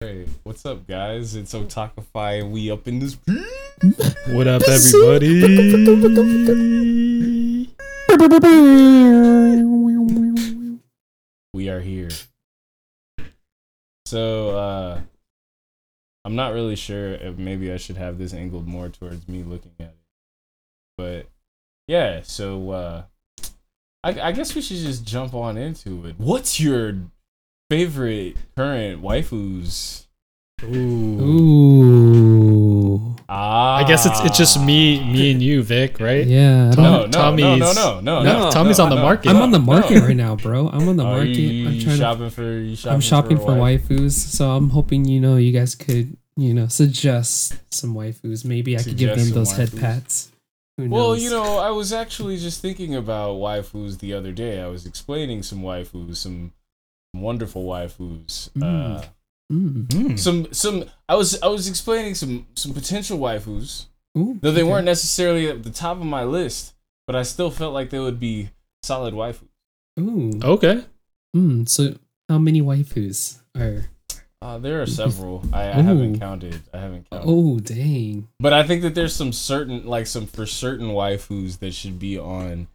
Hey, what's up, guys? It's Otakify, and we up in this. What up, everybody? We are here. So, uh, I'm not really sure if maybe I should have this angled more towards me looking at it, but yeah. So, uh, I, I guess we should just jump on into it. What's your favorite current waifus? Ooh. Ooh. Ah, I guess it's it's just me, me and you, Vic, right? Yeah. I don't- No, no, no, Tommy's- no, no, no, No, no. Tommy's on the market. I'm on the market no. right now, bro. I'm on the Are market. you I'm trying to. shopping for you shopping I'm shopping for, a wife? waifus, so I'm hoping you know you guys could you know suggest some waifus. Maybe I could give them Suggest those some head waifus. pats. Who Well, knows? you know, I was actually just thinking about waifus the other day. I was explaining some waifus, some wonderful waifus. Uh, Mm. some some I was I was explaining some some potential waifus, Ooh, though they okay. weren't necessarily at the top of my list, but I still felt like they would be solid waifus. Ooh. Okay. Mm, so how many waifus are? Uh, there are several. I, I haven't Ooh. counted. I haven't counted. Oh dang. But I think that there's some certain like some for certain waifus that should be on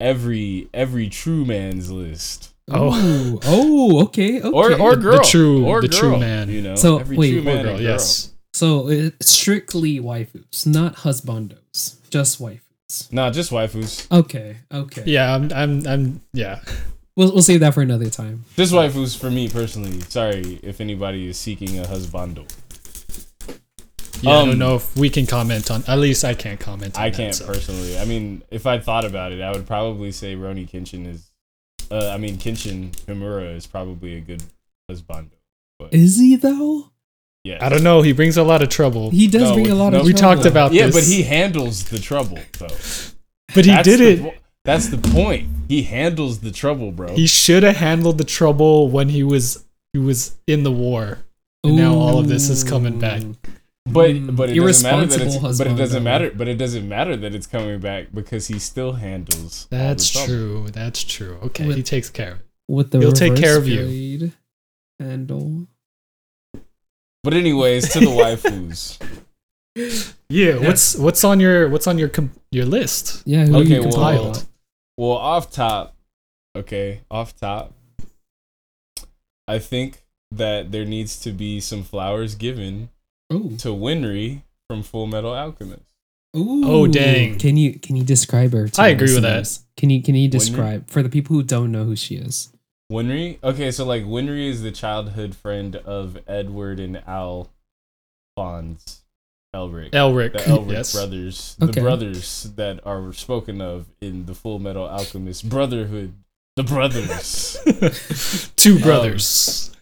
every every true man's list. Oh. Ooh. Oh. Okay. Okay. Or or The- the girl. true- or the true girl, man. You know. So, wait, true or man Poor and girl, girl. yes. So it's strictly waifus, not husbandos, just waifus. Nah, just waifus. Okay, okay. Yeah, I'm, I'm, I'm, yeah. We'll, we'll save that for another time. Just waifus for me personally. Sorry if anybody is seeking a husbando. Yeah, I Um, don't know if we can comment on, at least I can't comment on I that, can't so. personally. I mean, if I thought about it, I would probably say Roni Kenshin is. Uh, I mean, Kenshin Himura is probably a good husbando. Is he though? Yeah. I don't know. He brings a lot of trouble. He does No, bring a lot no, of. we trouble. talked about Yeah, this. but he handles the trouble though. but he That's did the it. po- that's the point. He handles the trouble, bro. He should have handled the trouble when he was, he was in the war. And now all of this is coming back. Ooh. but but it doesn't matter that it's, Mm, Irresponsible but it doesn't husband. matter but it doesn't matter that it's coming back because he still handles. all the That's trouble. true. That's true. Okay. With- He takes care of it. With the He'll take care of you. you. Handle. But anyways, to the waifus. Yeah, what's what's on your what's on your com- your list? Yeah. Who Okay, you well, compiled? Wild. Well, off top, okay, off top. I think that there needs to be some flowers given Oh. to Winry from Full Metal Alchemist. Ooh. Oh, dang. Can you can you describe her? To the I agree with that. listeners? Can you can you you- describe for the people who don't know who she is? Winry? Okay, so like Winry is the childhood friend of Edward and Al Fonz Elric. Elric. the Elric yes. brothers. The Okay. brothers that are spoken of in the Full Metal Alchemist Brotherhood. The brothers. Two brothers.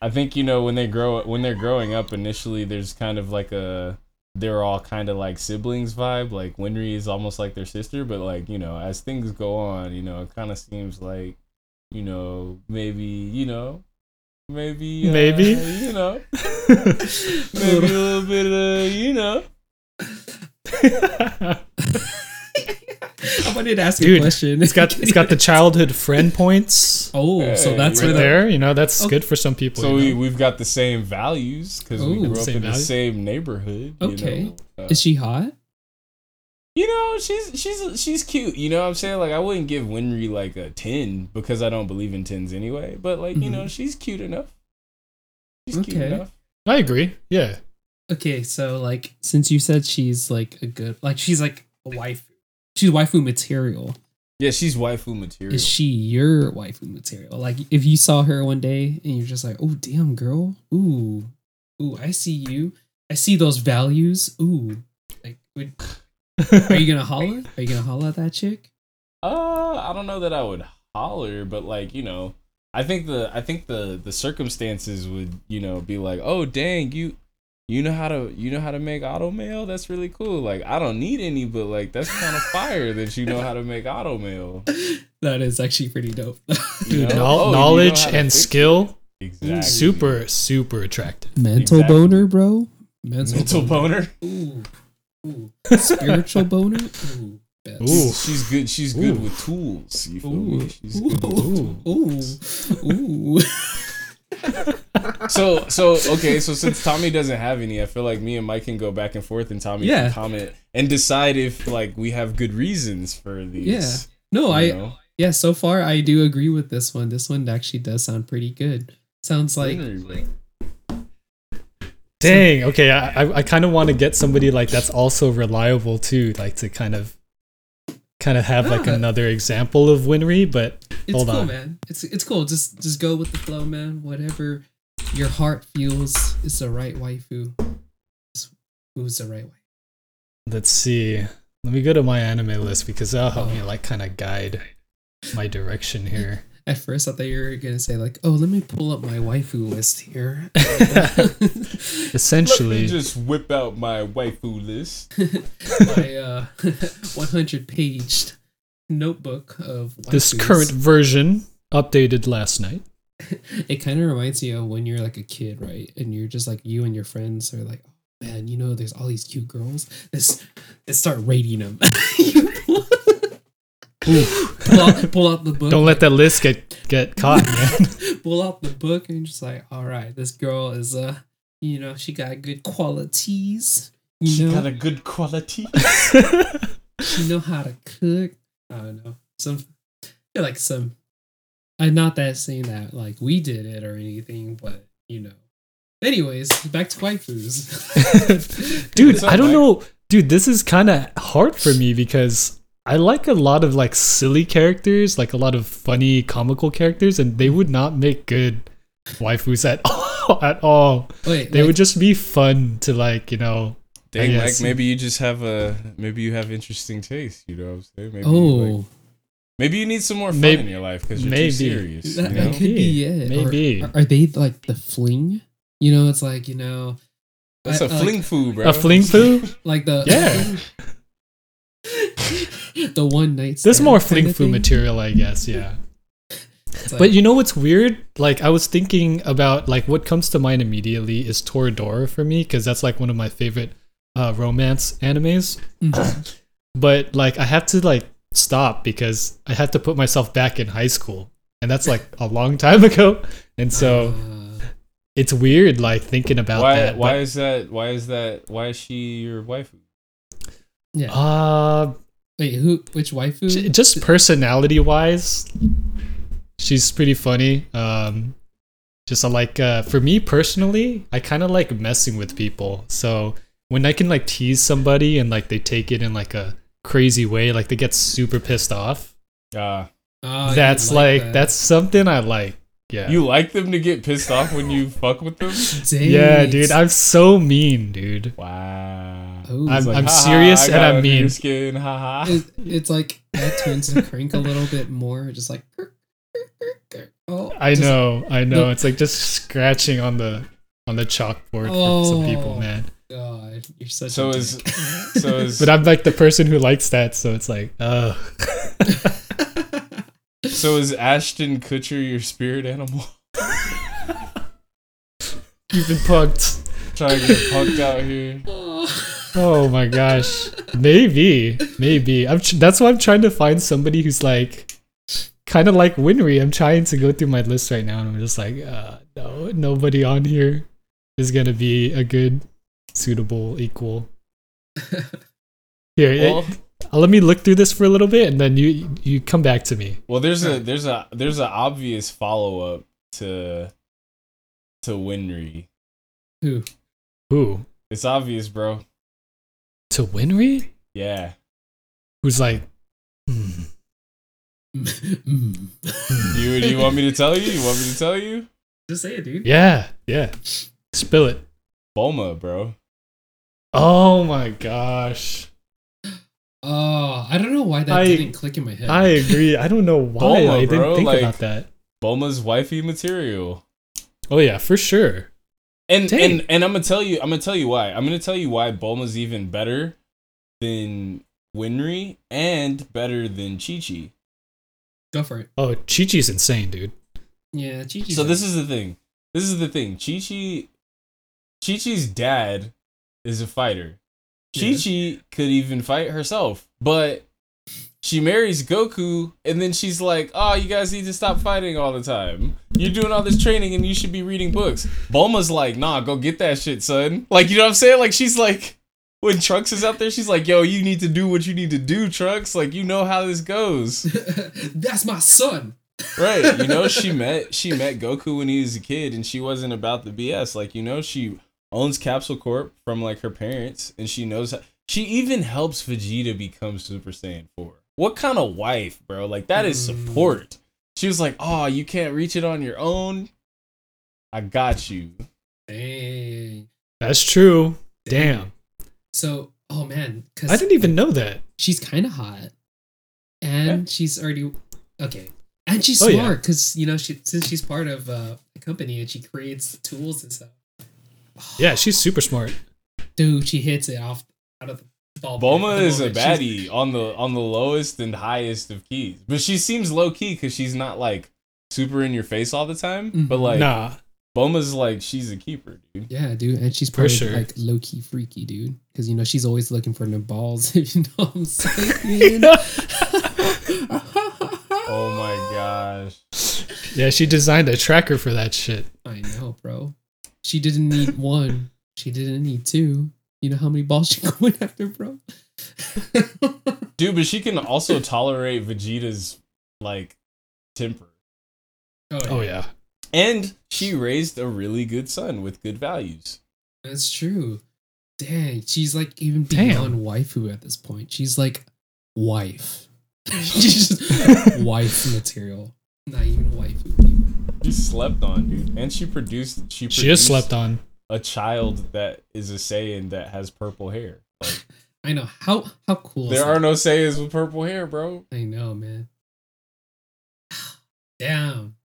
I think you know when they grow when they're growing up initially there's kind of like a they're all kind of like siblings vibe. Like Winry is almost like their sister, but like, you know, as things go on, you know, it kind of seems like, you know, maybe, you know, maybe uh, Maybe. you know, maybe a little bit of, you know, I wanted to ask you a Dude, question. it's got it's got the childhood friend points Oh, so Hey, that's right where right the there. You know that's Oh. good for some people. So you we, know? we've got the same values because we Ooh. grew up Same in the value. same neighborhood. you Okay. know. Uh, Is she hot? you know, she's she's she's cute. You know what I'm saying? Like I wouldn't give Winry like a ten because I don't believe in tens anyway. But like you Mm-hmm. know, she's cute enough. She's cute Okay. enough. I agree. Yeah. Okay, so like since you said she's like a good like she's like a waifu. She's waifu material. Yeah, she's waifu material. Is she your waifu material? Like if you saw her one day and you're just like, "Oh damn, girl. Ooh. Ooh, I see you. I see those values. Ooh." Like would, are you going to holla? Are you going to holla at that chick? Uh, I don't know that I would holler, but like you know, I think the I think the the circumstances would you know be like, oh dang, you you know how to you know how to make auto mail. That's really cool. Like I don't need any, but like that's kind of fire that you know how to make auto mail. That is actually pretty dope. You Dude, know? knowl- Oh, you know knowledge how to and fix it. skill, Exactly. super super attractive. Mental Exactly. boner, bro. Mental, mental boner. Ooh. Ooh. Spiritual boner. Ooh. Best. Ooh. She's, she's good. She's good Ooh. with tools. You feel Ooh. me? She's good with Ooh. tools. Ooh, ooh. so so okay. So since Tommy doesn't have any, I feel like me and Mike can go back and forth, and Tommy Yeah. can comment and decide if like we have good reasons for these. Yeah. No, you I know? yeah. So far, I do agree with this one. This one actually does sound pretty good. Sounds like Henry, Dang. Okay. I I, I kind of want to get somebody like that's also reliable too, like to kind of kind of have like Ah. another example of Winry, but it's Hold cool, on. man. It's it's cool. Just just go with the flow, man. Whatever your heart feels is the right waifu. Just Who's the right way? let's see. Let me go to my anime list because that'll help me like kind of guide my direction here. At first, I thought you were gonna say like, "Oh, let me pull up my waifu list here." Let Essentially, me just whip out my waifu list. my uh, 100 paged notebook of this waifus. current version updated last night. it kind of reminds you of when you're like a kid right and you're just like you and your friends are like oh, man you know there's all these cute girls let's let's start rating them You pull, pull out, pull out the book Don't let that list get get caught, man. pull out the book and just like all right this girl is uh you know she got good qualities you She know got a good quality. you know how to cook. I don't know. Some I feel like some I'm not that saying that like we did it or anything, but you know. Anyways, back to waifus. dude What's up, i don't Mike? know dude this is kind of hard for me because i like a lot of like silly characters like a lot of funny comical characters and they would not make good waifus at all at all Wait, they like, would just be fun to like you know Dang, Mike, guess. maybe you just have a maybe you have interesting taste. You know what I'm saying? Maybe you, like, oh, Maybe you need some more fun Maybe- in your life because you're maybe. too serious. You that, know? that could be it. Or Maybe. are, are they like the fling? You know, it's like you know, That's I- a I uh, like- fling foo, bro. a fling foo like the Yeah. the one night. there's stand more kinda fling foo thing. material i guess yeah It's but like, you know what's weird like i was thinking about like what comes to mind immediately is toradora for me because that's like one of my favorite uh, romance animes mhm. but like I have to like stop because I had to put myself back in high school, and that's like a long time ago. And so Uh, it's weird, like thinking about why? that. why is that? Why is that? Why is she your wife? yeah. But, uh, Wait, who? Which waifu? j- just personality wise, she's pretty funny. Um, just uh, like uh, for me personally, I kind of like messing with people. So when I can like tease somebody and like they take it in like a crazy way, like they get super pissed off. Uh, Oh, you that's like, like that. that's something I like. Yeah. You like them to get pissed off when you fuck with them? Dang. Yeah, dude, I'm so mean, dude. Wow. Oh, I'm- it's like, I'm "Ha ha, serious I and got I'm under your mean." Skin, ha ha. it- it's like that turns the crank a little bit more, just like. Oh, I just- know, I know. No. It's like just scratching on the on the chalkboard for some people, Oh. man. God, you're such. So a is- dick. So is But I'm like the person who likes that, so it's like, ugh. so is Ashton Kutcher your spirit animal? You've been punked. Trying to get punked out here. Oh. Oh my gosh. Maybe, maybe. I'm. Tr- that's why I'm trying to find somebody who's like, kind of like Winry. I'm trying to go through my list right now, and I'm just like, uh, no, nobody on here is gonna be a good, suitable equal. Here, it- Well, Uh, let me look through this for a little bit and then you you come back to me well, there's a there's a there's an obvious follow up to to Winry. Who? who It's obvious, bro. to winry Yeah. who's like hmm. Mm. You you want me to tell you? You want me to tell you? Just say it, dude. yeah yeah spill it Bulma, bro. oh my gosh Oh, I don't know why that I- didn't click in my head. i agree i don't know why Bulma, i didn't bro, think like- about that Bulma's wifey material. oh yeah for sure And Dang. and and I'm gonna tell you, I'm gonna tell you why. I'm gonna tell you why Bulma's even better than Winry and better than Chi Chi. Go for it. oh chi chi's insane dude Yeah, Chi-Chi So this is the thing. This is the thing. Chi Chi, Chi Chi's dad is a fighter. Chi Yeah. Chi could even fight herself, but "Ah, she marries Goku, and then she's like, "Oh, you guys need to stop fighting all the time." You're doing all this training and you should be reading books. Bulma's like, nah, go get that shit, son. Like, you know what I'm saying? Like, she's like, when Trunks is out there, she's like, yo, you need to do what you need to do, Trunks. Like, you know how this goes. That's my son. Right. You know, she met she met Goku when he was a kid and she wasn't about the BS. Like, you know, she owns Capsule Corp from like her parents and she knows how, she even helps Vegeta become Super Saiyan 4. What kind of wife, bro? Like that is Mm. support. She was like, "Oh, you can't reach it on your own. I got you." Dang. That's true. Damn. So, oh man, I because didn't even know that. she's kind of hot, and she's already okay, and she's Oh, yeah. smart because you know she since she's part of uh, the company and she creates the tools and stuff. Oh, Yeah, she's super smart. Dude, she hits it off out of the ball. Bulma the is a moment. She's- baddie on the on the lowest and highest of keys. But she seems low key cuz she's not like super in your face all the time, but Mhm. like nah. Bulma's like she's a keeper, dude. Yeah, dude, and she's For probably sure. like low key freaky, dude, because you know she's always looking for new balls. If you know what I'm saying. Oh my gosh. Yeah, she designed a tracker for that shit. I know, bro. She didn't need one. She didn't need two. You know how many balls she going after, bro? Dude, but she can also tolerate Vegeta's like temper. Oh yeah. And she raised a really good son with good values. that's true. Dang, she's like even Damn. beyond waifu at this point. She's like wife. she's just wife material. Not even waifu. She slept on, dude. And she produced she produced She is slept on. a child that is a Saiyan that has purple hair. Like, I know how how cool. is there that? are no Saiyans with purple hair, bro. I know, man. Damn.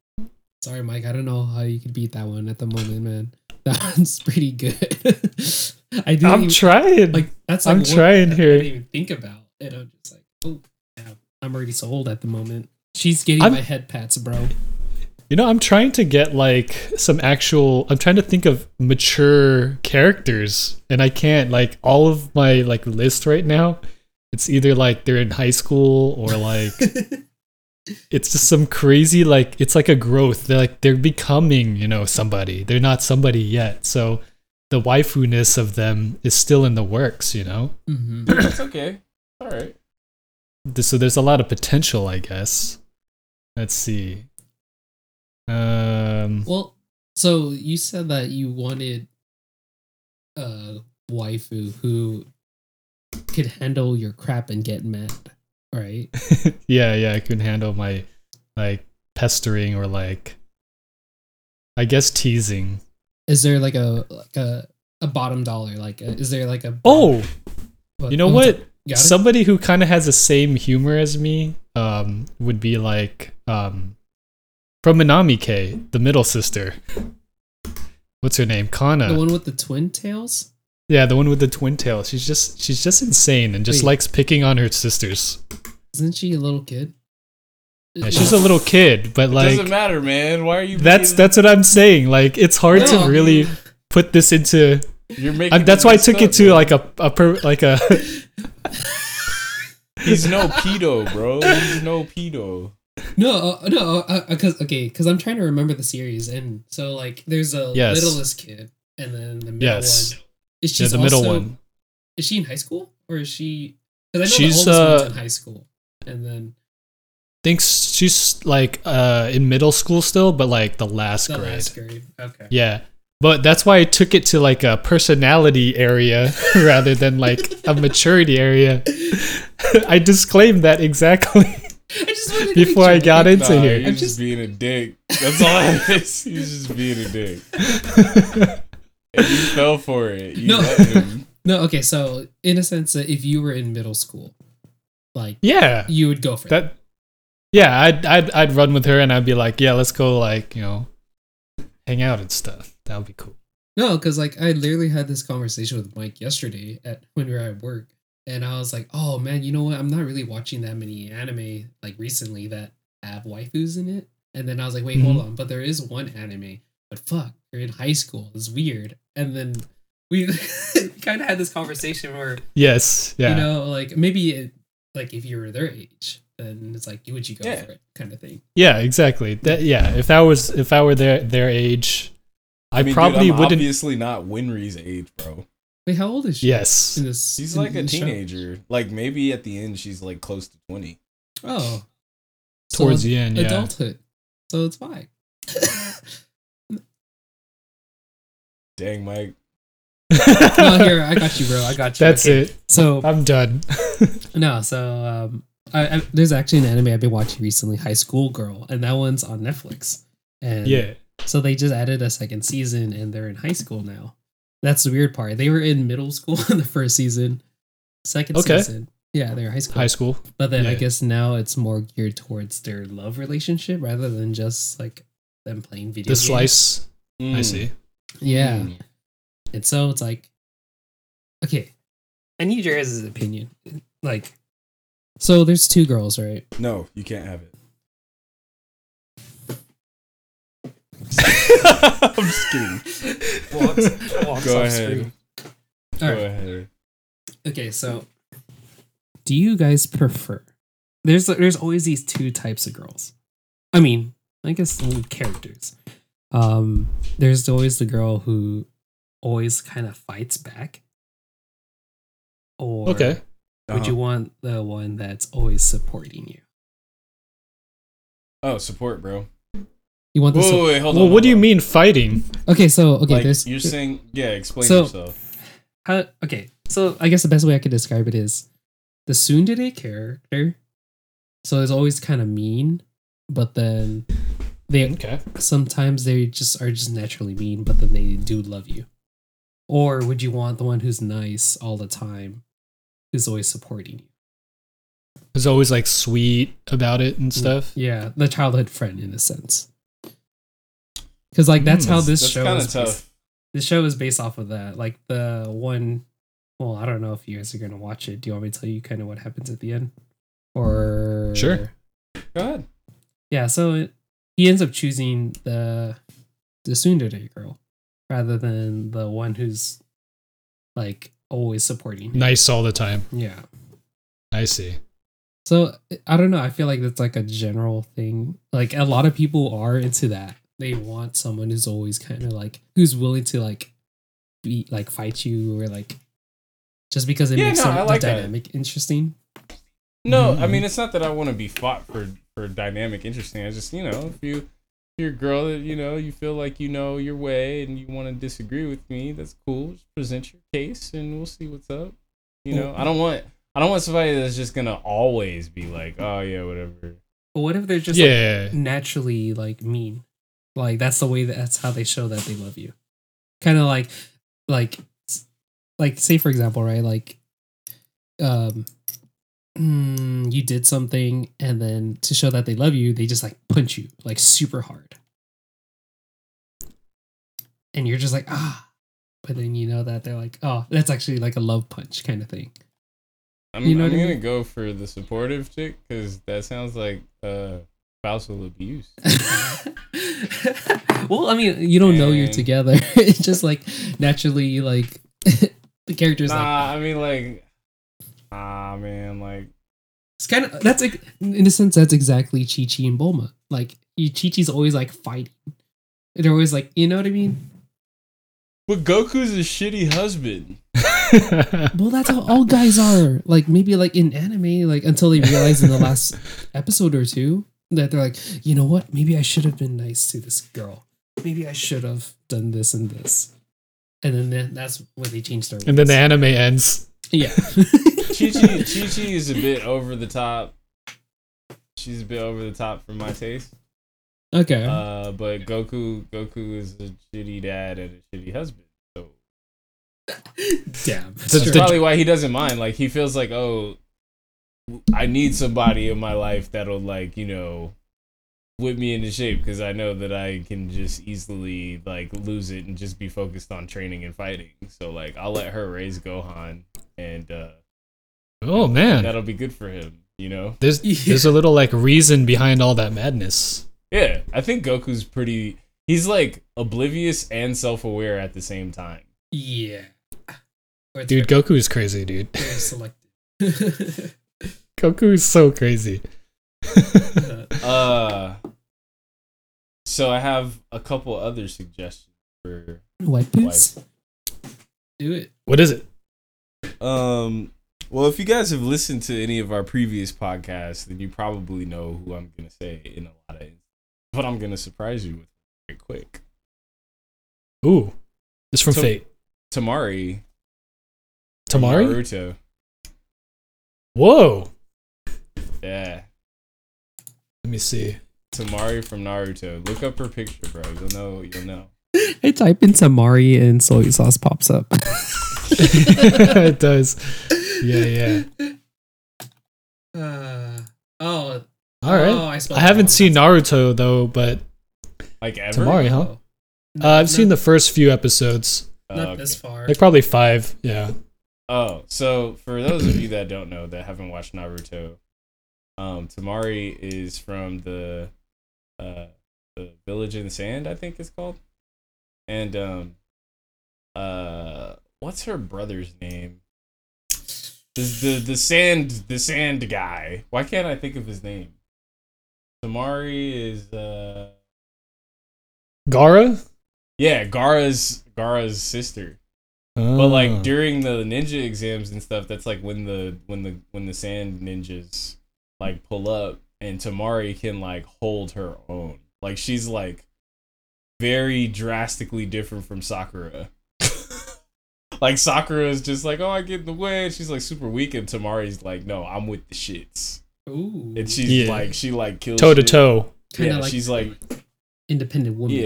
Sorry, Mike. I don't know how you could beat that one at the moment, man. That one's pretty good. I didn't I'm even, trying. like that's like I'm one trying that I here. didn't even think about, and I'm just like, oh, damn, I'm already sold at the moment. She's getting I'm- my head pats, bro. You know, I'm trying to get like some actual. I'm trying to think of mature characters, and I can't. Like all of my like list right now, it's either like they're in high school or like it's just some crazy. Like it's like a growth. They're like they're becoming, you know, somebody. They're not somebody yet. So the waifu ness of them is still in the works. You know, Mhm. Dude, it's okay. All right. Th- so there's a lot of potential, I guess. Let's see. Um. Well, so you said that you wanted a waifu who could handle your crap and get mad, right? yeah, yeah, I can handle my like pestering or like I guess teasing. Is there like a like a a bottom dollar? Like, a, is there like a Oh, you know what's what? up? Got it? Somebody who kind of has the same humor as me um would be like um from Minami K, the middle sister. What's her name? Kana. the one with the twin tails? yeah, the one with the twin tail. She's just she's just insane and just Wait. likes picking on her sisters. Isn't she a little kid? Yeah, she's a little kid, but Doesn't like matter, man. Why are you that's being- that's what I'm saying. Like it's hard No. to really put this into you're making I, Uh, that's it why I messed took it up, to man. like a, a per, like a He's no pedo, bro. He's no pedo. No, uh, no, because okay, because I'm trying to remember the series, and so like there's a Yes. littlest kid, and then the middle Yes. one. Is she yeah, the middle also- one. Is she in high school or is she? Because I know She's, the oldest uh, one's in high school, and then Thinks she's like uh in middle school still, but like the last the grade. last grade. Okay. Yeah, but that's why I took it to like a personality area rather than like a maturity area. I disclaimed that exactly. I just wanted to Before I make sure. got into Nah, here. He's I'm just, just- being a dick. That's all it is. He's just being a dick. And you fell for it. You No. let him. No, okay. So in a sense, that if you were in middle school, like yeah, you would go for that. that. Yeah, I'd, I'd I'd run with her and I'd be like, yeah, let's go like you know, hang out and stuff. That would be cool. No, because like I literally had this conversation with Mike yesterday at when we were at work, and I was like, "Oh man, you know what? I'm not really watching that many anime like recently that have waifus in it." And then I was like, "Wait, Mhm. hold on, but there is one anime, but fuck, they're in high school. It's weird." And then we kind of had this conversation where Yes, yeah, you know, like maybe it, like if you were their age, and it's like, would you go Yeah. for it, kind of thing. Yeah, exactly. That yeah. If that was if I were their their age, I, mean, dude, probably I'm wouldn't. Obviously, not Winry's age, bro. Wait, how old is she? Yes. in this- She's in- like a in the show? teenager. Like maybe at the end, she's like close to twenty. Oh, So Towards the end, yeah. adulthood, so it's fine. Dang, Mike. no, here I got you, bro. I got you. That's it. So I'm done. No, so um, I, I, there's actually an anime I've been watching recently, High School Girl, and that one's on Netflix. And yeah. so they just added a second season, and they're in high school now. That's the weird part. They were in middle school in the first season, second Okay. season. Yeah, they're high school. High school. but then I yeah. guess now it's more geared towards their love relationship rather than just like them playing video. The games. slice. I Mm, see. Yeah. mm. And so it's like, okay, I need your guys' opinion. Like, so there's two girls, right? No, you can't have it. I'm just kidding. Go ahead. Go All right. ahead. Okay, so do you guys prefer? There's there's always these two types of girls. I mean, I guess only characters. Um, there's always the girl who always kind of fights back. Or Okay. would you Uh-huh. want the one that's always supporting you? Oh, support, bro. You want the Whoa, su- wait, hold on. Well, hold what do you on. mean fighting? okay? So okay, Like, there's you're saying, yeah. Explain So- yourself. How, okay, so I guess the best way I could describe it is the Tsundere character. So it's always kind of mean, but then they Okay. sometimes they just are just naturally mean, but then they do love you. Or would you want the one who's nice all the time, who's always supporting you? It's always like sweet about it Mm. and stuff. Yeah, the childhood friend in a sense. Because like that's Mm, how this Hmm, That's show kind is of based- tough. the show is based off of that. Like the one, well, I don't know if you guys are gonna watch it. Do you want me to tell you kind of what happens at the end? Or Sure. Go ahead. yeah. So it, he ends up choosing the the tsundere girl rather than the one who's like always supporting. him. Nice all the time. Yeah. I see. So I don't know. I feel like that's like a general thing. Like a lot of people are into that. They want someone who's always kind of like who's willing to like be like fight you or like just because it Yeah, makes no, some, I like the that. dynamic interesting. No, I Mm-hmm. Mhm. mean it's not that I want to be fought for for dynamic interesting. I just you know if you if you're a girl that you know you feel like you know your way and you want to disagree with me, that's cool. Just present your case and we'll see what's up. You know, I don't want I don't want somebody that's just gonna always be like, oh yeah, whatever. But what if they're just like, yeah. naturally like mean? Like that's the way that, that's how they show that they love you. Kind of like like s- like say for example, right? Like um mm, you did something and then to show that they love you, they just like punch you like super hard. And you're just like, ah. But then you know that they're like, oh, that's actually like a love punch kind of thing. I'm, You know I'm what I gonna mean? go for the supportive chick because that sounds like uh, spousal abuse. well, I mean, you don't know you're And- together. it's just like naturally, like the character's like Nah, I mean like, ah man, like it's kind of that's like in a sense that's exactly Chi Chi and Bulma. Like you- Chi Chi's always like fighting. They're always like, you know what I mean? but Goku's a shitty husband. Well, that's how all guys are. Like maybe like in anime, like until they realize in the last episode or two that they're like, you know what? Maybe I should have been nice to this girl. Maybe I should have done this and this. And then th- that's when they change their. and then ways. the anime ends. Yeah. Chi Chi Chi Chi is a bit over the top. She's a bit over the top for my taste. Okay. Uh, but Goku Goku is a shitty dad and a shitty husband. So Damn. The- that's the- probably why he doesn't mind. Like he feels like, oh, I need somebody in my life that'll like you know whip me into shape because I know that I can just easily like lose it and just be focused on training and fighting. So like I'll let her raise Gohan and uh, Oh man. that'll be good for him. You know. There's Yeah. there's a little like reason behind all that madness. Yeah, I think Goku's pretty. He's like oblivious and self-aware at the same time. yeah. Or it's Dude, Goku is crazy, dude. very- very selective. Goku is so crazy. Uh, so I have a couple other suggestions for White boots. Do it. what is it? Um, well, if you guys have listened to any of our previous podcasts, then you probably know who I'm gonna say in a lot of, but I'm gonna surprise you with very quick. Ooh, it's from So- Fate. Tamari from Tamari. Naruto. Whoa. Yeah, Let me see. Tamari from Naruto. Look up her picture, bro. You'll know. You'll know. I type in Samari and soy sauce pops up. it does. Yeah, yeah. Uh, oh, All right. Uh, Oh, I, spelled I it wrong. haven't seen Naruto though, but Like ever. Tamari, huh? Oh. No, Uh, I've seen not- the first few episodes, Oh, not okay. this far. like probably five. Yeah. Oh, so for those of you that don't know that haven't watched Naruto, um, Tamari is from the uh, the village in the sand, I think it's called, and um, uh, what's her brother's name? The the the sand the sand guy. Why can't I think of his name? Tamari is uh Gara. yeah Gara's Gara's sister. But Hmm. Oh. like during the ninja exams and stuff, that's like when the when the when the sand ninjas like pull up and Tamari can like hold her own. Like she's like very drastically different from Sakura. like Sakura is just like, oh, I get in the way, and she's like super weak, and Tamari's like, no, I'm with the shits, Ooh, and she's Yeah. like, she like kills toe to shit. toe. Yeah, Kinda like- she's like, independent woman.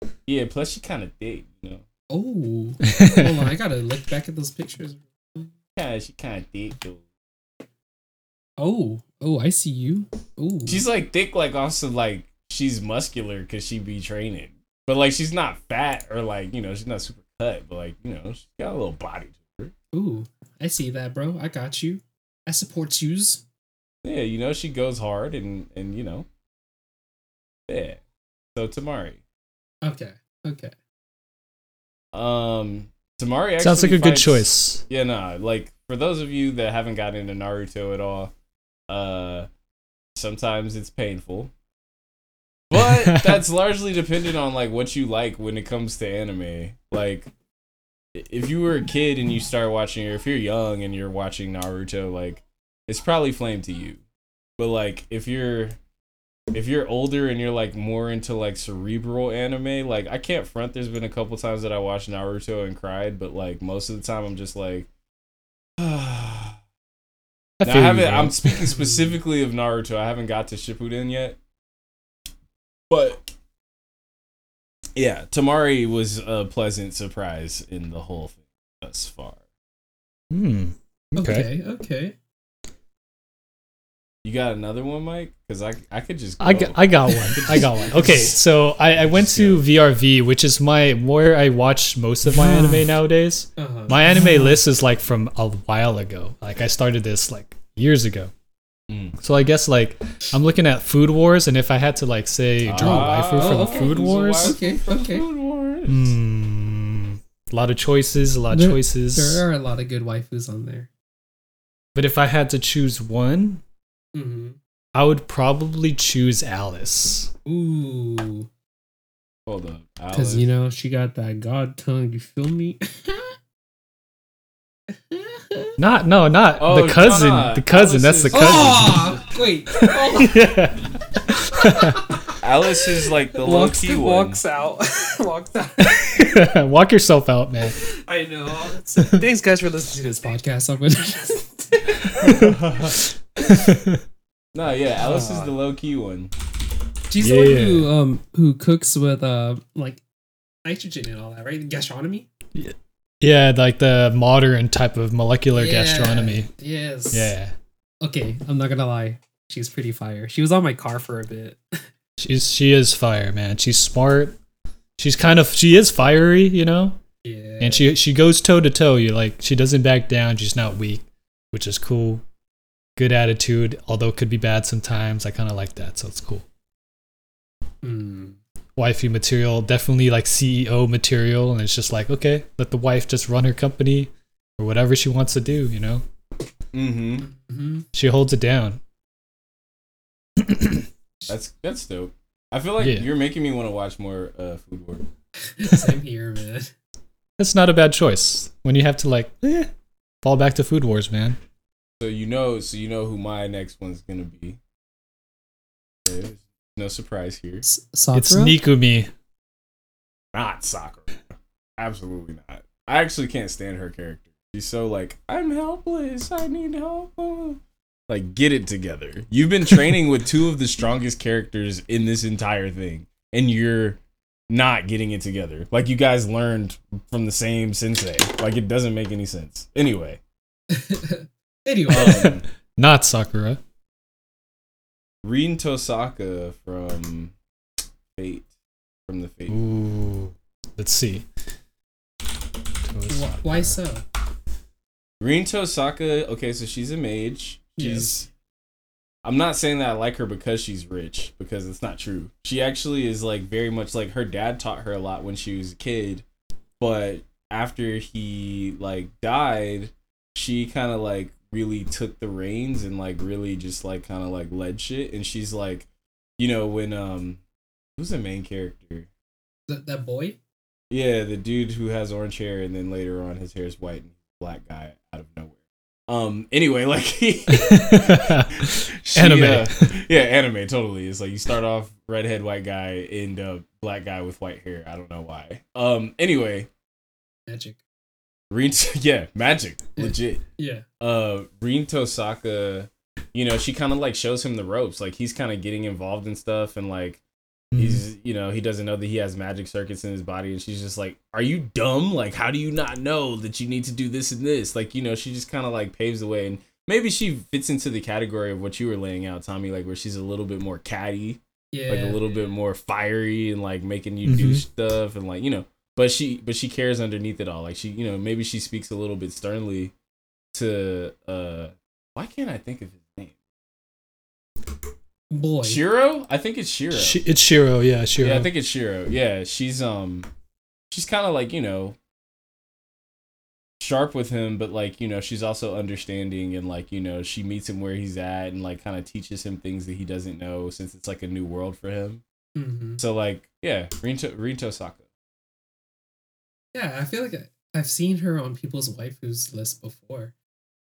yeah, yeah. Plus, she kind of thick, you know. Oh, hold on, I gotta look back at those pictures. Kind she kind of thick though. Oh, oh, I see you. Oh, She's like thick, like also like she's muscular because she be training, but like she's not fat or like you know she's not super cut, but like you know she's got a little body. ooh, I see that, bro. I got you. I support yous. Yeah, you know she goes hard and and you know, yeah. So Tamari, Okay, okay. um, Tamari actually Sounds like a good fights- choice. Yeah, nah. Like for those of you that haven't gotten into Naruto at all, uh, sometimes it's painful. But that's largely dependent on like what you like when it comes to anime. Like i- if you were a kid and you start watching or if you're young and you're watching Naruto, like it's probably flame to you. But like if you're if you're older and you're like more into like cerebral anime, like I can't front there's been a couple times that I watched Naruto and cried, but like most of the time I'm just like I Now, I feel you, haven't. man. I'm speaking specifically of Naruto. I haven't got to Shippuden yet, but yeah, Tamari was a pleasant surprise in the whole thing thus far. Hmm. Okay, Okay. okay. You got another one, Mike? Because I I could just go. I got, I got one. I got one. Okay, so I, I went to VRV, which is my where I watch most of my anime nowadays. Uh-huh. My anime list is like from a while ago. Like I started this like years ago. Mm. So I guess like I'm looking at Food Wars, and if I had to like say draw a Ah, waifu from okay. Food Who's a Wars, waifu Okay, from okay. Food Wars. hmm, a lot of choices, a lot of There- choices. there are a lot of good waifus on there. But if I had to choose one, hmm I would probably choose Alice. Ooh, Hold up, because you know she got that god tongue. You feel me? Not no, not Oh, the cousin. nah, The cousin. Alice that's the is- cousin. oh, wait. Oh. Yeah. Alice is like the low walks, key one. walks out. walks out. Walk yourself out, man. I know. So, thanks, guys, for listening to this podcast. I'm gonna. No, yeah, Alice is the Ah. low key one. She's the one Yeah. who um who cooks with uh like nitrogen and all that, right? Gastronomy. Yeah, like the modern type of molecular Yeah. gastronomy. Yes. Yeah. Okay, I'm not gonna lie. She's pretty fire. She was on my car for a bit. She's she is fire, man. She's smart. She's kind of she is fiery, you know? Yeah. And she she goes toe to toe. You like she doesn't back down, she's not weak, which is cool. Good attitude, although it could be bad sometimes. I kinda like that, so it's cool. Mm. Wifey material, definitely like CEO material, and it's just like, okay, let the wife just run her company or whatever she wants to do, you know? Mm-hmm. Mhm. She holds it down. That's that's dope. I feel like Yeah. you're making me want to watch more uh, Food Wars. Same here, man. That's not a bad choice when you have to like eh, fall back to Food Wars, man. So you know, so you know who my next one's gonna be. There's no surprise here. S- Sakura? It's Nikumi. Not Sakura. Absolutely not. I actually can't stand her character. She's so like, I'm helpless. I need help. Like, get it together. You've been training with two of the strongest characters in this entire thing, and you're not getting it together. Like, you guys learned from the same sensei. Like, it doesn't make any sense. Anyway. anyway, Oh. Um, Not Sakura. Rin Tosaka from Fate, from the Fate. Ooh. Let's see. wh- why so? Rin Tosaka. Okay, so she's a mage. She's. Yes. I'm not saying that I like her because she's rich, because it's not true. She actually is like very much like her dad taught her a lot when she was a kid, but after he like died, she kind of like really took the reins and like really just like kind of like led shit. And she's like, you know, when um, who's the main character? That, that boy? Yeah, the dude who has orange hair and then later on his hair is white and black guy out of nowhere. Um anyway, like he, she, Anime. uh, yeah, anime totally. It's like you start off redhead white guy end up black guy with white hair. I don't know why. Um anyway, Magic. Rin yeah, magic. Legit. Yeah. Uh Rin Tosaka, you know, she kind of like shows him the ropes. Like he's kind of getting involved in stuff and like he's you know he doesn't know that he has magic circuits in his body and she's just like are you dumb like how do you not know that you need to do this and this like you know she just kind of like paves the way and maybe she fits into the category of what you were laying out tommy like where she's a little bit more catty Yeah. like a little bit more fiery and like making you do Mhm. stuff and like you know but she but she cares underneath it all like she you know maybe she speaks a little bit sternly to uh why can't i think of his name boy. shiro i think it's shiro Shi- it's Shiro, yeah, Shiro. yeah, I think it's Shiro. Yeah, she's um, she's kind of like you know, sharp with him, but like you know, she's also understanding and like you know, she meets him where he's at and like kind of teaches him things that he doesn't know since it's like a new world for him. Mhm. So like, yeah, Rinto Rinto Saka. Yeah, I feel like I- I've seen her on people's waifus list before.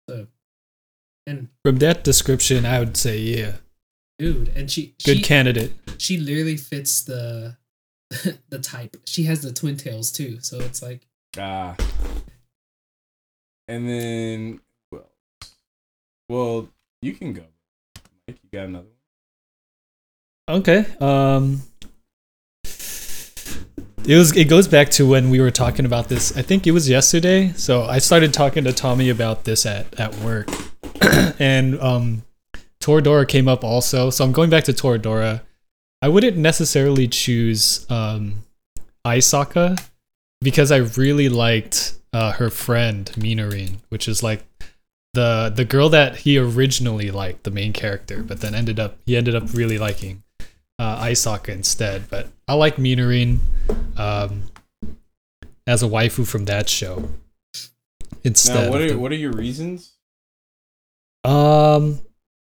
So, and From that description, I would say, yeah, dude, and she good she, candidate. she literally fits the the type. She has the twin tails too, so it's like Ah. And then well, well, you can go. Mike, you got another one. Okay. Um It was it goes back to when we were talking about this. I think it was yesterday. So I started talking to Tommy about this at at work. and um Toradora came up also. So I'm going back to Toradora. I wouldn't necessarily choose um Isaka because I really liked uh, her friend Minorin, which is like the the girl that he originally liked, the main character, but then ended up he ended up really liking uh, Isaka instead. But I like Minorin um, as a waifu from that show instead. Now, what of are the- what are your reasons? um,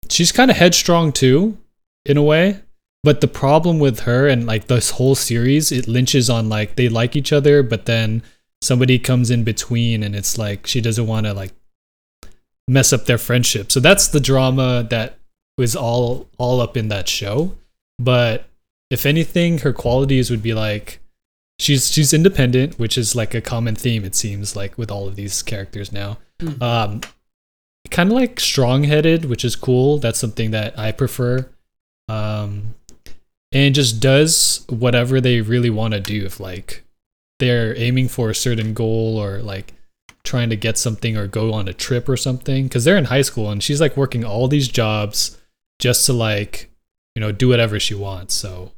she's kind of headstrong too, in a way. But the problem with her and like this whole series, it lynches on like they like each other, but then somebody comes in between, and it's like she doesn't want to like mess up their friendship. So that's the drama that was all all up in that show. But if anything, her qualities would be like she's she's independent, which is like a common theme it seems like with all of these characters now. Mhm. Um, kind of like strong-headed, which is cool. That's something that I prefer. Um, and just does whatever they really want to do. If like they're aiming for a certain goal or like trying to get something or go on a trip or something, because they're in high school and she's like working all these jobs just to like you know do whatever she wants. So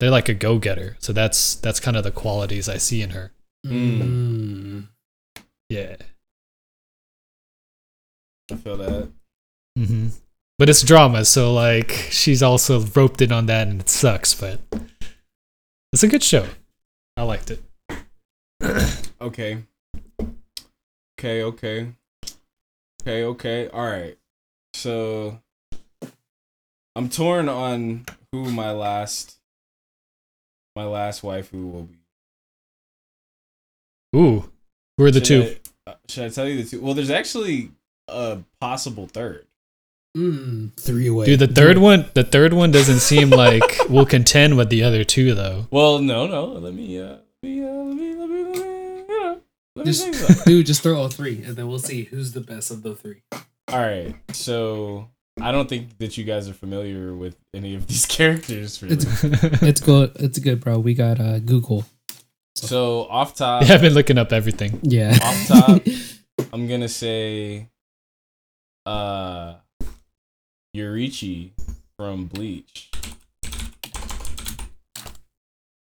they're like a go-getter. So that's that's kind of the qualities I see in her. Hmm. mm. Yeah. I feel that. hmm But it's drama, so like she's also roped in on that, and it sucks. But it's a good show. I liked it. Okay. Okay, okay. Okay, okay. All right. So I'm torn on who my last my last waifu will be. Ooh, who are the two? Should I- uh, should I tell you the two? Well, there's actually a possible third. Mm, three away. Dude, the third one, the third one doesn't seem like will contend with the other two though. Well, no, no. Let me, uh, let me, uh, let me, let me, let me, you know, let me think about it. Just, dude, just throw all three, and then we'll see who's the best of the three. All right. So I don't think that you guys are familiar with any of these characters. Really. you It's good. It's good, bro. We got uh, Google. So off Uh, top, have been looking up everything. Yeah. Off top. Mm-hmm. I'm gonna say, uh, Yurichi from Bleach.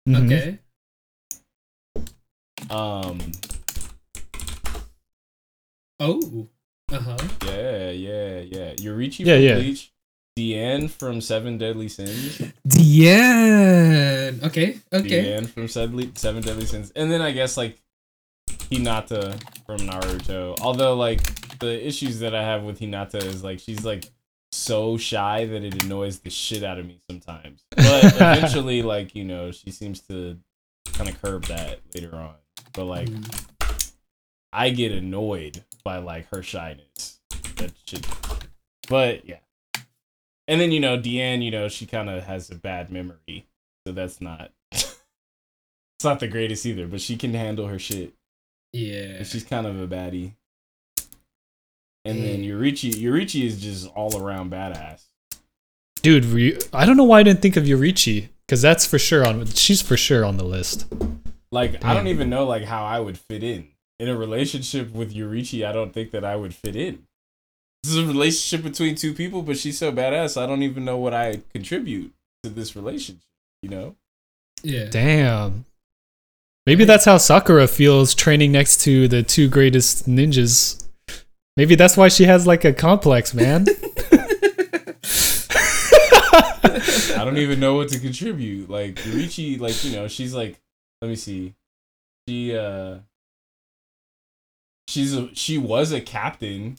Mhm. okay. Um, Oh. Uh huh. yeah, yeah, yeah. Yurichi Yeah, from yeah. Bleach. Deanne from Seven Deadly Sins. Deanne. Okay. Okay. Deanne from Sedley, Seven Deadly Sins, and then I guess like Hinata from Naruto. Although like the issues that I have with Hinata is like she's like so shy that it annoys the shit out of me sometimes. But eventually, like you know, she seems to kind of curb that later on. But like Mm. I get annoyed by like her shyness. That shit. But yeah. And then you know Deanne, you know she kind of has a bad memory, so that's not. it's not the greatest either, but she can handle her shit. yeah. And she's kind of a baddie. And then Yurichi, Yurichi is just all around badass. Dude, Ryu- I don't know why I didn't think of Yurichi because that's for sure on. She's for sure on the list. Like I don't Damn. even know like how I would fit in in a relationship with Yurichi. I don't think that I would fit in. This is a relationship between two people, but she's so badass. I don't even know what I contribute to this relationship. You know? Yeah. Damn. Maybe that's how Sakura feels training next to the two greatest ninjas. Maybe that's why she has like a complex, man. I don't even know what to contribute. Like Yurichi, like you know, she's like, let me see, she uh, she's a she was a captain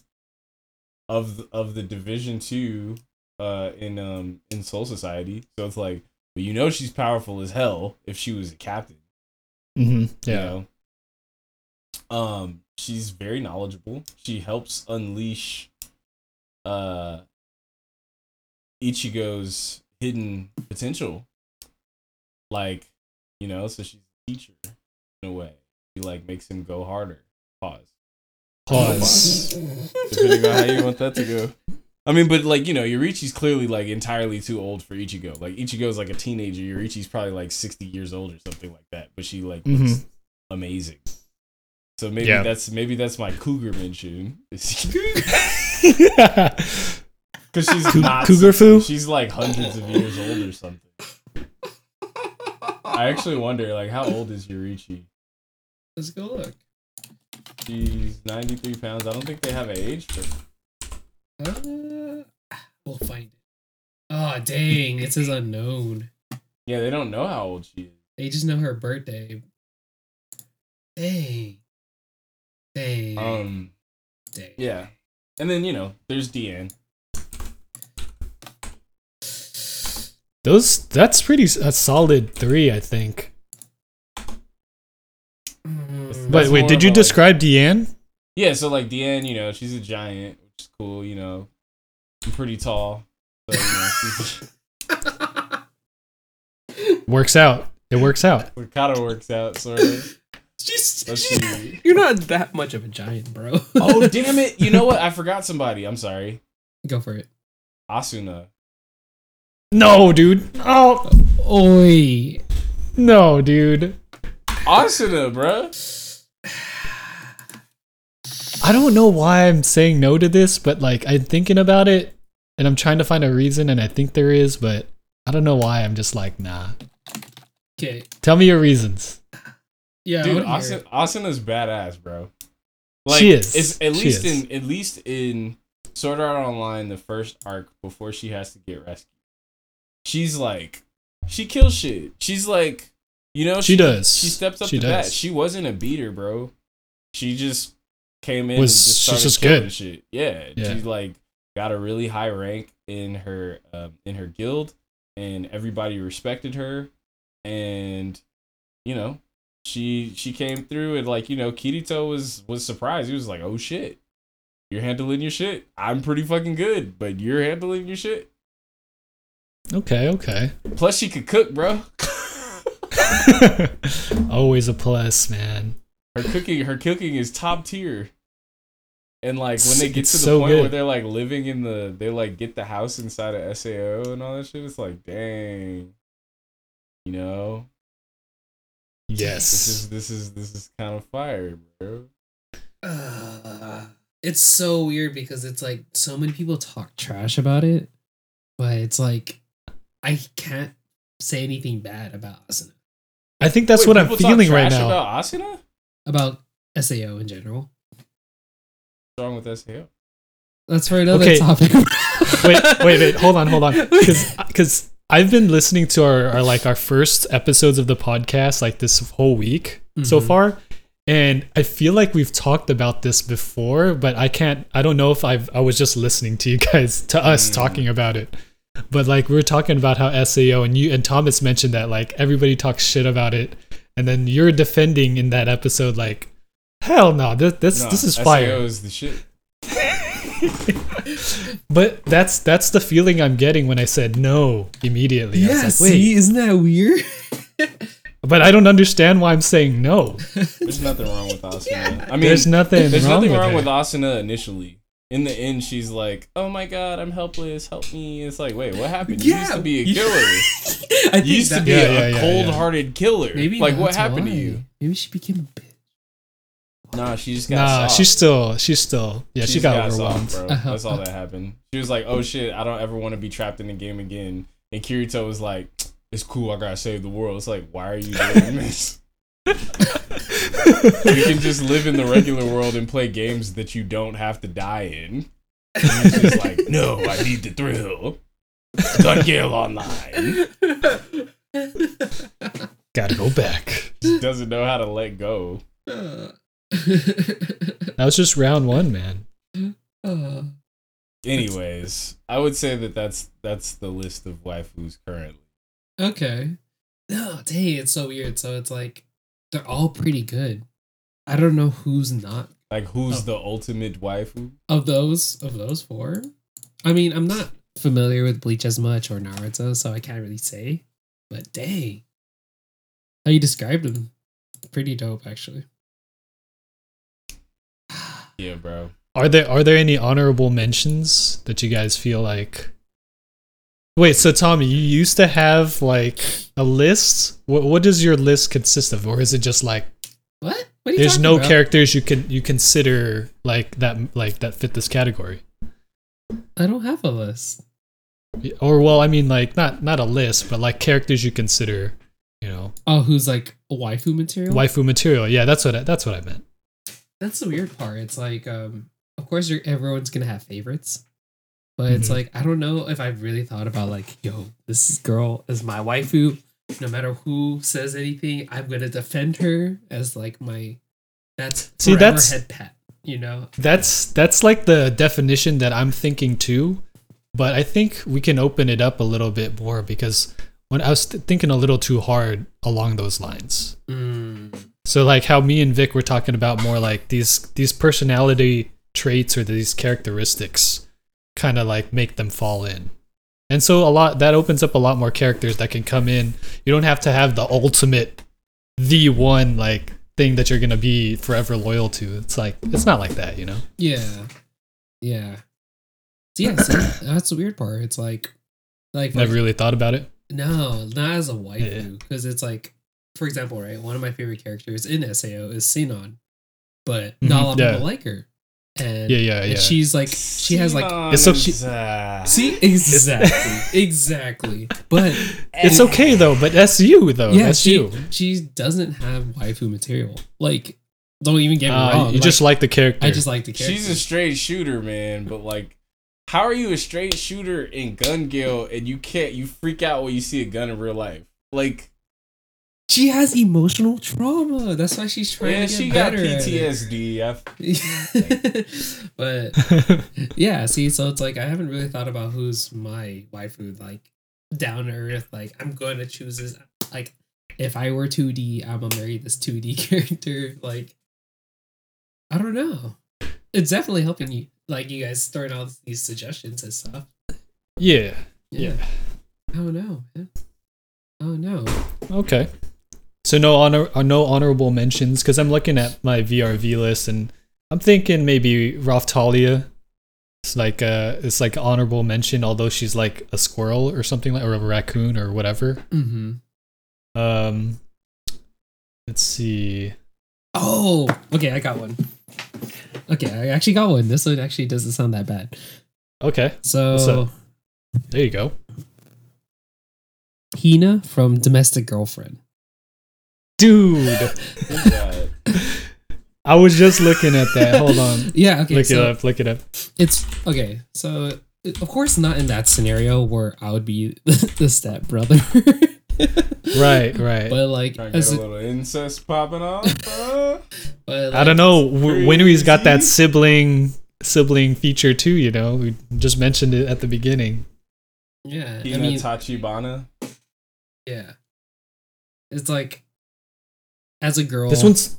of th- of the division two uh in um in Soul Society. So it's like, but you know, she's powerful as hell if she was a captain. hmm you Yeah. know? Um, she's very knowledgeable. She helps unleash uh Ichigo's hidden potential. Like, you know, so she's a teacher in a way. She like makes him go harder. Pause. Pause. Depending on how you want that to go. I mean, but like, you know, Yurichi's clearly like entirely too old for Ichigo. Like Ichigo's like a teenager, Yurichi's probably like sixty years old or something like that. But she like looks Mhm. amazing. So maybe Yeah. that's maybe that's my cougar mention. Because she's Cou- not cougar foo? She's like hundreds of years old or something. I actually wonder, like, how old is Yurichi? Let's go look. She's ninety three pounds. I don't think they have an age. But Uh, we'll find it. Oh, dang. It says unknown. yeah, they don't know how old she is. They just know her birthday. Dang. Dang. Um, dang. yeah, and then you know, there's Deanne. Those that's pretty s- a solid three, I think. Mm, That's Wait, wait, more did of you a, like- describe Deanne? Yeah, so like Deanne, you know, she's a giant, which is cool. You know, I'm pretty tall. So, you know, she's- Works out. It works out. it kind of works out, sort of. She's, Let's she's- see. you're not that much of a giant, bro. Oh damn it! You know what? I forgot somebody. I'm sorry. Go for it. Asuna. No, dude. Oh, Oi. no, dude. Asuna, bruh. I don't know why I'm saying no to this, but like I'm thinking about it and I'm trying to find a reason and I think there is, but I don't know why I'm just like, nah. Okay. Tell me your reasons. Yeah. I Dude, wanna hear Asuna, it. Asuna's badass, bro. She is. It's, at She least is. in at least in Sword Art Online, the first arc before she has to get rescued. She's like, she kills shit. She's like, you know, She does. She steps up She to bat. does. She wasn't a beater, bro. She just came in Was- and just she's started just killing good. shit. Yeah, Yeah. she like got a really high rank. in her um, in her guild, and everybody respected her, and you know she she came through and like you know Kirito was was surprised. He was like, "Oh shit, you're handling your shit. I'm pretty fucking good, but you're handling your shit." Okay, okay. Plus, she could cook, bro. Always a plus, man. her cooking her cooking is top tier and like when It's- they get it's to the so point where good. they're like living in the they like get the house inside of sao and all that shit it's like dang you know this Yes. is this is this is kind of fire bro Uh, it's so weird because it's like so many people talk trash about it, but it's like I can't say anything bad about Asuna I think that's Wait, what I'm people talk feeling right trash now. about asuna what's about Sao in general. wrong with sao That's for another Okay. topic. wait, wait, wait. Hold on, hold on. Because I've been listening to our, our like our first episodes of the podcast like this whole week so Mhm. far, and I feel like we've talked about this before, but I can't. I don't know if I've. I was just listening to you guys to us Mm. talking about it. But like we were talking about how SAO and you and Thomas mentioned that like everybody talks shit about it, and then you're defending in that episode like, hell no, this this, Nah, this is SAO fire is the shit but that's that's the feeling I'm getting when I said no immediately. I was yeah, like, see, wait, isn't that weird? but I don't understand why I'm saying no. there's nothing wrong with asuna Yeah. i mean there's nothing there's wrong nothing with wrong it. with asuna initially in the end she's like oh my god i'm helpless help me it's like wait what happened you used to be a killer I think You used to that- be Yeah, a, yeah, yeah, cold-hearted killer. maybe like what that's happened to why. you? Maybe she became a bitch. Nah, she just got Nah, soft. she's still she's still yeah, she She's got, soft, overwhelmed. bro. Uh-huh. That's all that happened. She was like, "Oh shit, I don't ever want to be trapped in the game again." And Kirito was like, "It's cool. I gotta save the world." It's like, why are you doing this? you can just live in the regular world and play games that you don't have to die in. And he's just like, "No, I need the thrill." Gun Gale Online Gotta go back. just doesn't know how to let go. That was just round one, man. Uh, Anyways, I would say that that's that's the list of waifus currently. okay. No, dang, it's so weird. So it's like they're all pretty good. I don't know who's not Like, who's Oh. the ultimate waifu? of those of those four. I mean, I'm not familiar with Bleach as much or Naruto, so I can't really say. But dang, how you described them, pretty dope actually. Yeah, bro. Are there are there any honorable mentions that you guys feel like? Wait, so Tommy, you used to have like a list. What what does your list consist of, or is it just like What? What are you there's talking no about? characters you can you consider like that like that fit this category? I don't have a list. or well i mean like not not a list but like characters you consider you know Oh, who's like a waifu material? waifu material yeah that's what I, that's what i meant That's the weird part. It's like, um, of course, you're, everyone's gonna have favorites, but it's Mhm. like I don't know if I've really thought about like, yo, this girl is my waifu. No matter who says anything, I'm gonna defend her as like my that's See, forever that's- head pat. You know, that's that's like the definition that i'm thinking too but i think we can open it up a little bit more because when i was th- thinking a little too hard along those lines Mm, so like how me and vic were talking about more like these these personality traits or these characteristics kind of like make them fall in and so a lot that opens up a lot more characters that can come in you don't have to have the ultimate the one like thing that you're gonna be forever loyal to it's like it's not like that you know yeah, yeah. So, yeah, so that's the weird part. It's like, like for never really thought about it No, not as a Yeah. waifu, because it's like, for example, right? One of my favorite characters in Sao is Sinon, but not a lot of Mhm, yeah. people like her, and yeah yeah and yeah she's like, she has like, Sinon It's so- is, uh, see, exactly, exactly, but it's okay though but that's you though yeah, Oh, that's she you she doesn't have waifu material. Like, don't even get me Uh, wrong. you just like the character I just like the character. she's a straight shooter, man. But like, how are you a straight shooter in Gun Gale and you can't? You freak out when you see a gun in real life. Like, She has emotional trauma. That's why she's trying Yeah, to get she got better. at it. PTSD. I f- but yeah, see, so it's like I haven't really thought about who's my waifu, like down to earth. Like I'm going to choose this. Like if I were 2D, I'm gonna marry this 2D character. Like I don't know. It's definitely helping you, like you guys throwing out these suggestions and stuff. yeah. Yeah. I don't know. Man. Oh no. Okay. So no honor, uh, no honorable mentions because I'm looking at my VRV list and I'm thinking maybe Ralph Talia. It's like uh it's like honorable mention, although she's like a squirrel or something like, or a raccoon or whatever. Mm-hmm. Um, let's see. Oh, okay, I got one. Okay, I actually got one. This one actually doesn't sound that bad. Okay, What's So up? there you go. Hina from Domestic Girlfriend. Dude, good God. I was just looking at that. Hold on. Yeah, okay. look so it up. Look it up. It's okay. So of course not in that scenario where I would be the step brother. Right, right. But like Trying to get as a little incest popping off. huh? but I don't know. W- Winry's got that sibling sibling feature too. You know, we just mentioned it at the beginning. Yeah. I Hina mean, Tachibana. yeah. It's like as a girl. This one's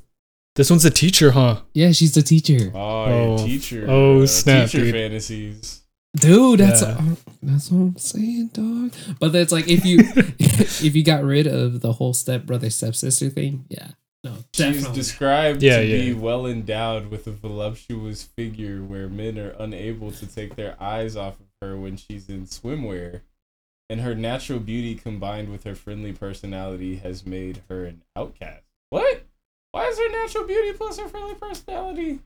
this one's a teacher, huh? Yeah, she's the teacher. Oh, Oh, your teacher. uh, oh, snap, Teacher dude. fantasies. dude that's uh, Yeah. that's what i'm saying dog but that's like if you if you got rid of the whole step brother stepsister thing yeah no She's definitely. described Yeah, to yeah. be well endowed with a voluptuous figure where men are unable to take their eyes off of her when she's in swimwear. And her natural beauty combined with her friendly personality has made her an outcast. What? Why is her natural beauty plus her friendly personality?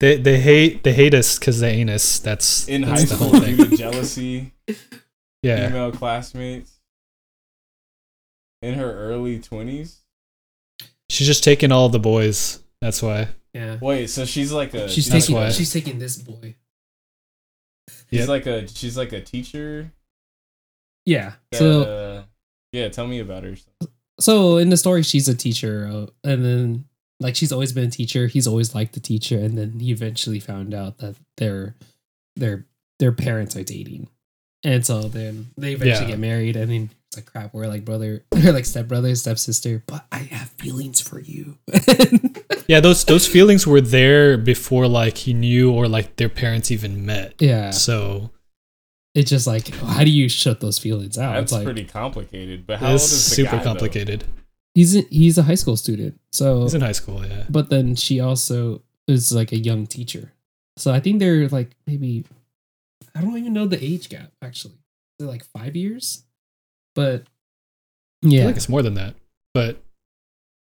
They they hate they hate us because they ain't us. That's In that's high the school whole due thing. to jealousy, Yeah. female classmates. In her early twenties? She's just taking all the boys. That's why. yeah Wait, so she's like a she's That's taking why. she's taking this boy she's Yep. like a she's like a teacher yeah that, so uh, yeah, tell me about her. so in the story she's a teacher uh, and then like she's always been a teacher he's always liked the teacher and then he eventually found out that their their their parents are dating and so then they eventually Yeah. get married and then it's like crap we're like brother we're like stepbrother stepsister but i have feelings for you Yeah. Those those feelings were there before like he knew or like their parents even met. yeah So it's just like how do you shut those feelings out That's it's like pretty complicated. But how old it's is the super guy, though? complicated. he's a, he's a high school student so He's in high school. Yeah. but then she also is like a young teacher. So I think they're like maybe I don't even know the age gap actually. Is it like five years? But I yeah, feel like it's more than that. But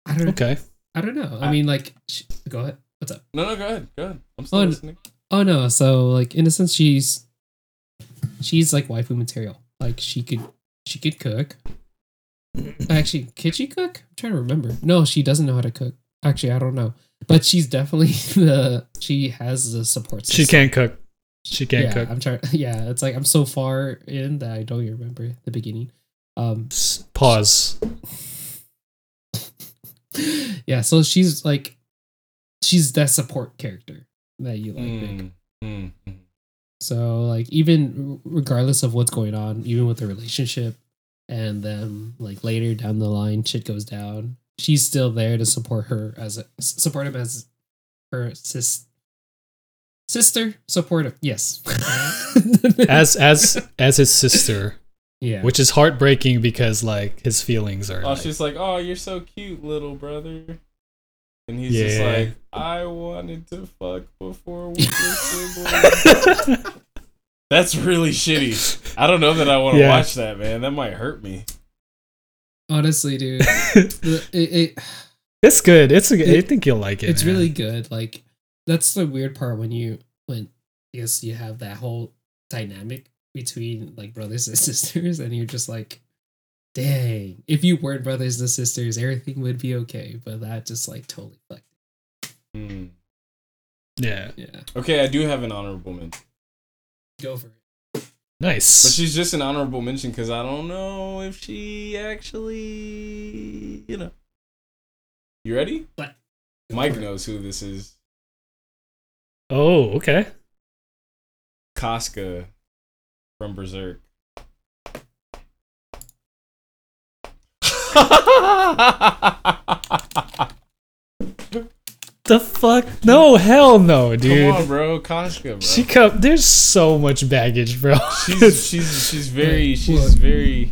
I Hmm. don't. okay. I don't know. I, I- mean, like, sh- go ahead. What's up? No, no, go ahead, go ahead. I'm still Oh, listening. Oh no. So like, in a sense, she's she's like waifu material. Like she could she could cook. Actually, could she cook? I'm trying to remember. No, she doesn't know how to cook. Actually, I don't know. But she's definitely the she has the support. She system. can't cook. She can't yeah, cook. I'm trying. Yeah, it's like I'm so far in that I don't even remember the beginning. Um, S- Pause. yeah, so she's like, she's that support character that you like. Nick. Mm, mm, mm. So like, even r- regardless of what's going on, even with the relationship, and then like later down the line, shit goes down. She's still there to support her as a s- support him as her sis sister support him. Yes, As as as his sister, yeah. which is heartbreaking because like his feelings are. Oh, like- she's like, oh, you're so cute, little brother. And he's just Yeah. like, I wanted to fuck before we were siblings. That's really shitty. I don't know that I want to Yeah. watch that, man. That might hurt me. Honestly, dude, the, it, it it's good. It's a, I It- think you'll like it. it's man. really good. Like that's the weird part when you when I guess you have that whole dynamic between like brothers and sisters, and you're just like, dang, if you weren't brothers and sisters, everything would be okay. But that just like totally fucked. Hmm. yeah. Yeah, Okay, I do have an honorable mention. go for it. Nice. But she's just an honorable mention because I don't know if she actually, you know. You ready? What? Mike knows who this is. oh, okay. Casca from Berserk. The fuck? No, hell no, dude. Come on, bro, Casca, bro. She come. There's so much baggage, bro. she's she's she's very she's Look. very.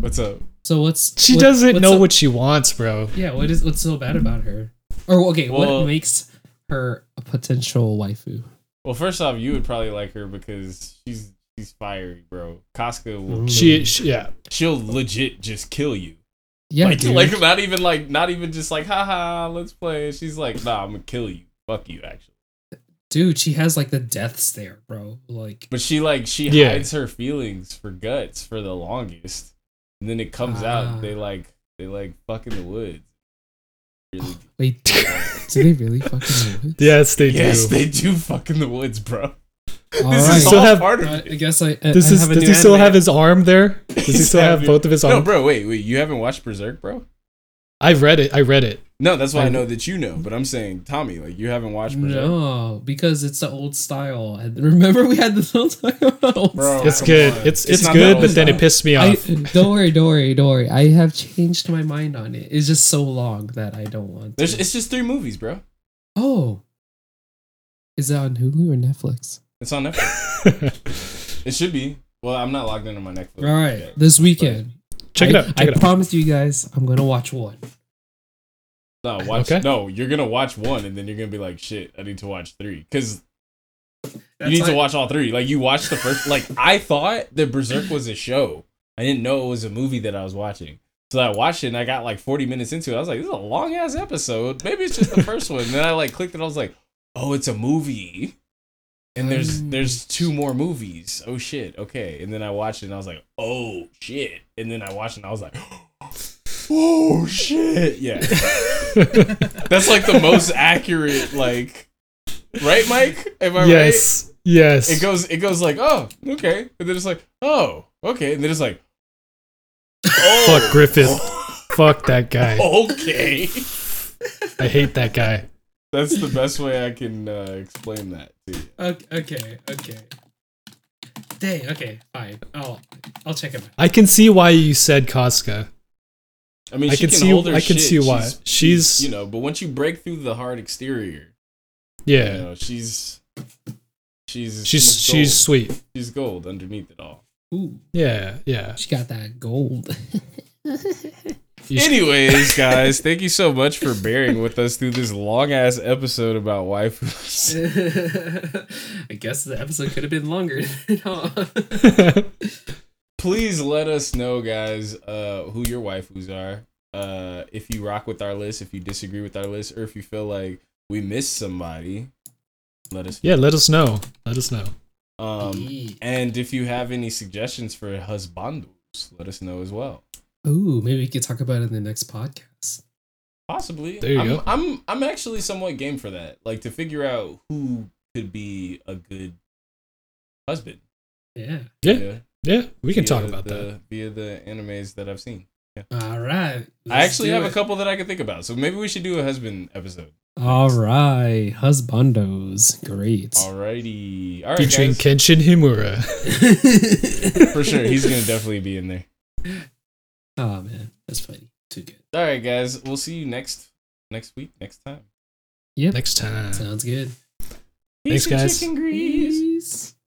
What's up? So what's she what- doesn't what's know so- what she wants, bro. Yeah, what is what's so bad about her? Or okay, Well- what makes her a potential waifu? Well, first off, you would probably like her because she's she's fiery, bro. Casca will She, she yeah. she'll legit just kill you. Yeah, like, dude. like not even like not even just like haha, let's play. She's like, nah, I'm gonna kill you. Fuck you, actually. dude, she has like the death stare, bro. Like But she like she Yeah. hides her feelings for guts for the longest, and then it comes Ah. out. They like they like fuck in the woods. Really? wait, do they really fucking know it? Yes, they yes, do. they do fuck in the woods, bro. this All right. is So all have- part of I it. I guess I. I does I this, have a does new he still anime. have his arm there? Does he still have Exactly. both of his No, arms? bro, wait, wait. You haven't watched Berserk, bro? I've read it. I read it. No, that's why I, I- know that you know. But I'm saying, Tommy, like you haven't watched Berserk, No, because it's the old style. And Remember, we had this whole time about old bro. style. It's come good. on. It's it's, not good, that but then old. it pissed me I, off. don't worry, don't worry, don't worry. I have changed my mind on it. It's just so long that I don't want. There's, to. it's just three movies, bro. oh, is that on Hulu or Netflix? It's on Netflix. It should be. Well, I'm not logged into my Netflix. All right, yet. this weekend. check it I- out. Check I it out. promise you guys, I'm gonna watch one. No, watch. Okay. No, you're gonna watch one, and then you're gonna be like, "Shit, I need to watch three. Because you need to watch all three. Like you watched the first. like I thought that Berserk was a show. I didn't know it was a movie that I was watching. So I watched it, and I got like 40 minutes into it. I was like, "This is a long ass episode. Maybe it's just the first one." then I like clicked it. I was like, "Oh, it's a movie." And there's Mm. there's two more movies. Oh shit. Okay. And then I watched it, and I was like, "Oh shit." And then I watched it, and I was like. Oh shit! Yeah, that's like the most accurate, like, right, Mike? Am I right? yes. Yes. it goes it goes like oh okay and then it's like oh okay and then it's like Fuck oh Griffith. Fuck that guy. okay I hate that guy. that's the best way i can uh, explain that to you Okay, okay, okay. Dang, okay, fine. I'll I'll check it out. I can see why you said Casca. i mean I she can can see- hold her I can shit. see why. She's- you know but once you break through the hard exterior you Yeah. know she's she's She's gold. she's sweet. she's gold underneath it all Ooh, Yeah, yeah. she got that gold. You should- anyways guys thank you so much for bearing with us through this long ass episode about waifus I guess the episode could have been longer. no. please let us know guys uh who your waifus are uh if you rock with our list if you disagree with our list or if you feel like we missed somebody let us yeah, let us know. Let us know. um and if you have any suggestions for husbandos let us know as well Ooh, maybe we could talk about it in the next podcast. possibly There you I'm, go. I'm i'm actually somewhat game for that like to figure out who could be a good husband Yeah. Yeah, Yeah, we can talk about the, that. via the animes that i've seen All right. i actually have a couple that i can think about so maybe we should do a husband episode All right, husbandos. Great. Alrighty. All right, Featuring guys. Kenshin Himura. For sure, he's gonna definitely be in there. Oh man, that's funny. Too good. All right, guys. We'll see you next next week, next time. Next time. Sounds good. Thanks, Peace and guys. Chicken grease. Peace.